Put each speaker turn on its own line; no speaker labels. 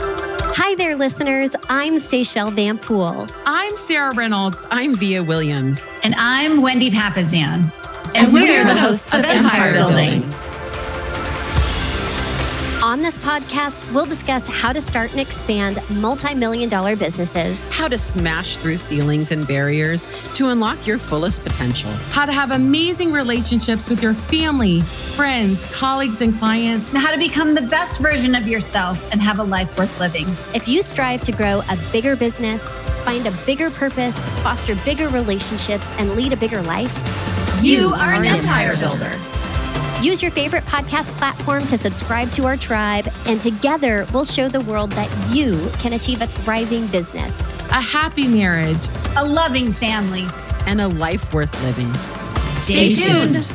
Hi there, listeners. I'm Seychelle Van Poole.
I'm Sarah Reynolds. I'm Via Williams.
And I'm Wendy Papazan.
And we're the hosts of Empire Building.
On this podcast, we'll discuss how to start and expand multi million dollar businesses.
How to smash through ceilings and barriers to unlock your fullest potential.
how to have amazing relationships with your family, friends, colleagues, and clients.
And how to become the best version of yourself and have a life worth living.
If you strive to grow a bigger business, find a bigger purpose, foster bigger relationships, and lead a bigger life,
You, are an empire builder.
use your favorite podcast platform to subscribe to our tribe, and together we'll show the world that you can achieve a thriving business.
A happy marriage.
a loving family.
And a life worth living.
Stay tuned.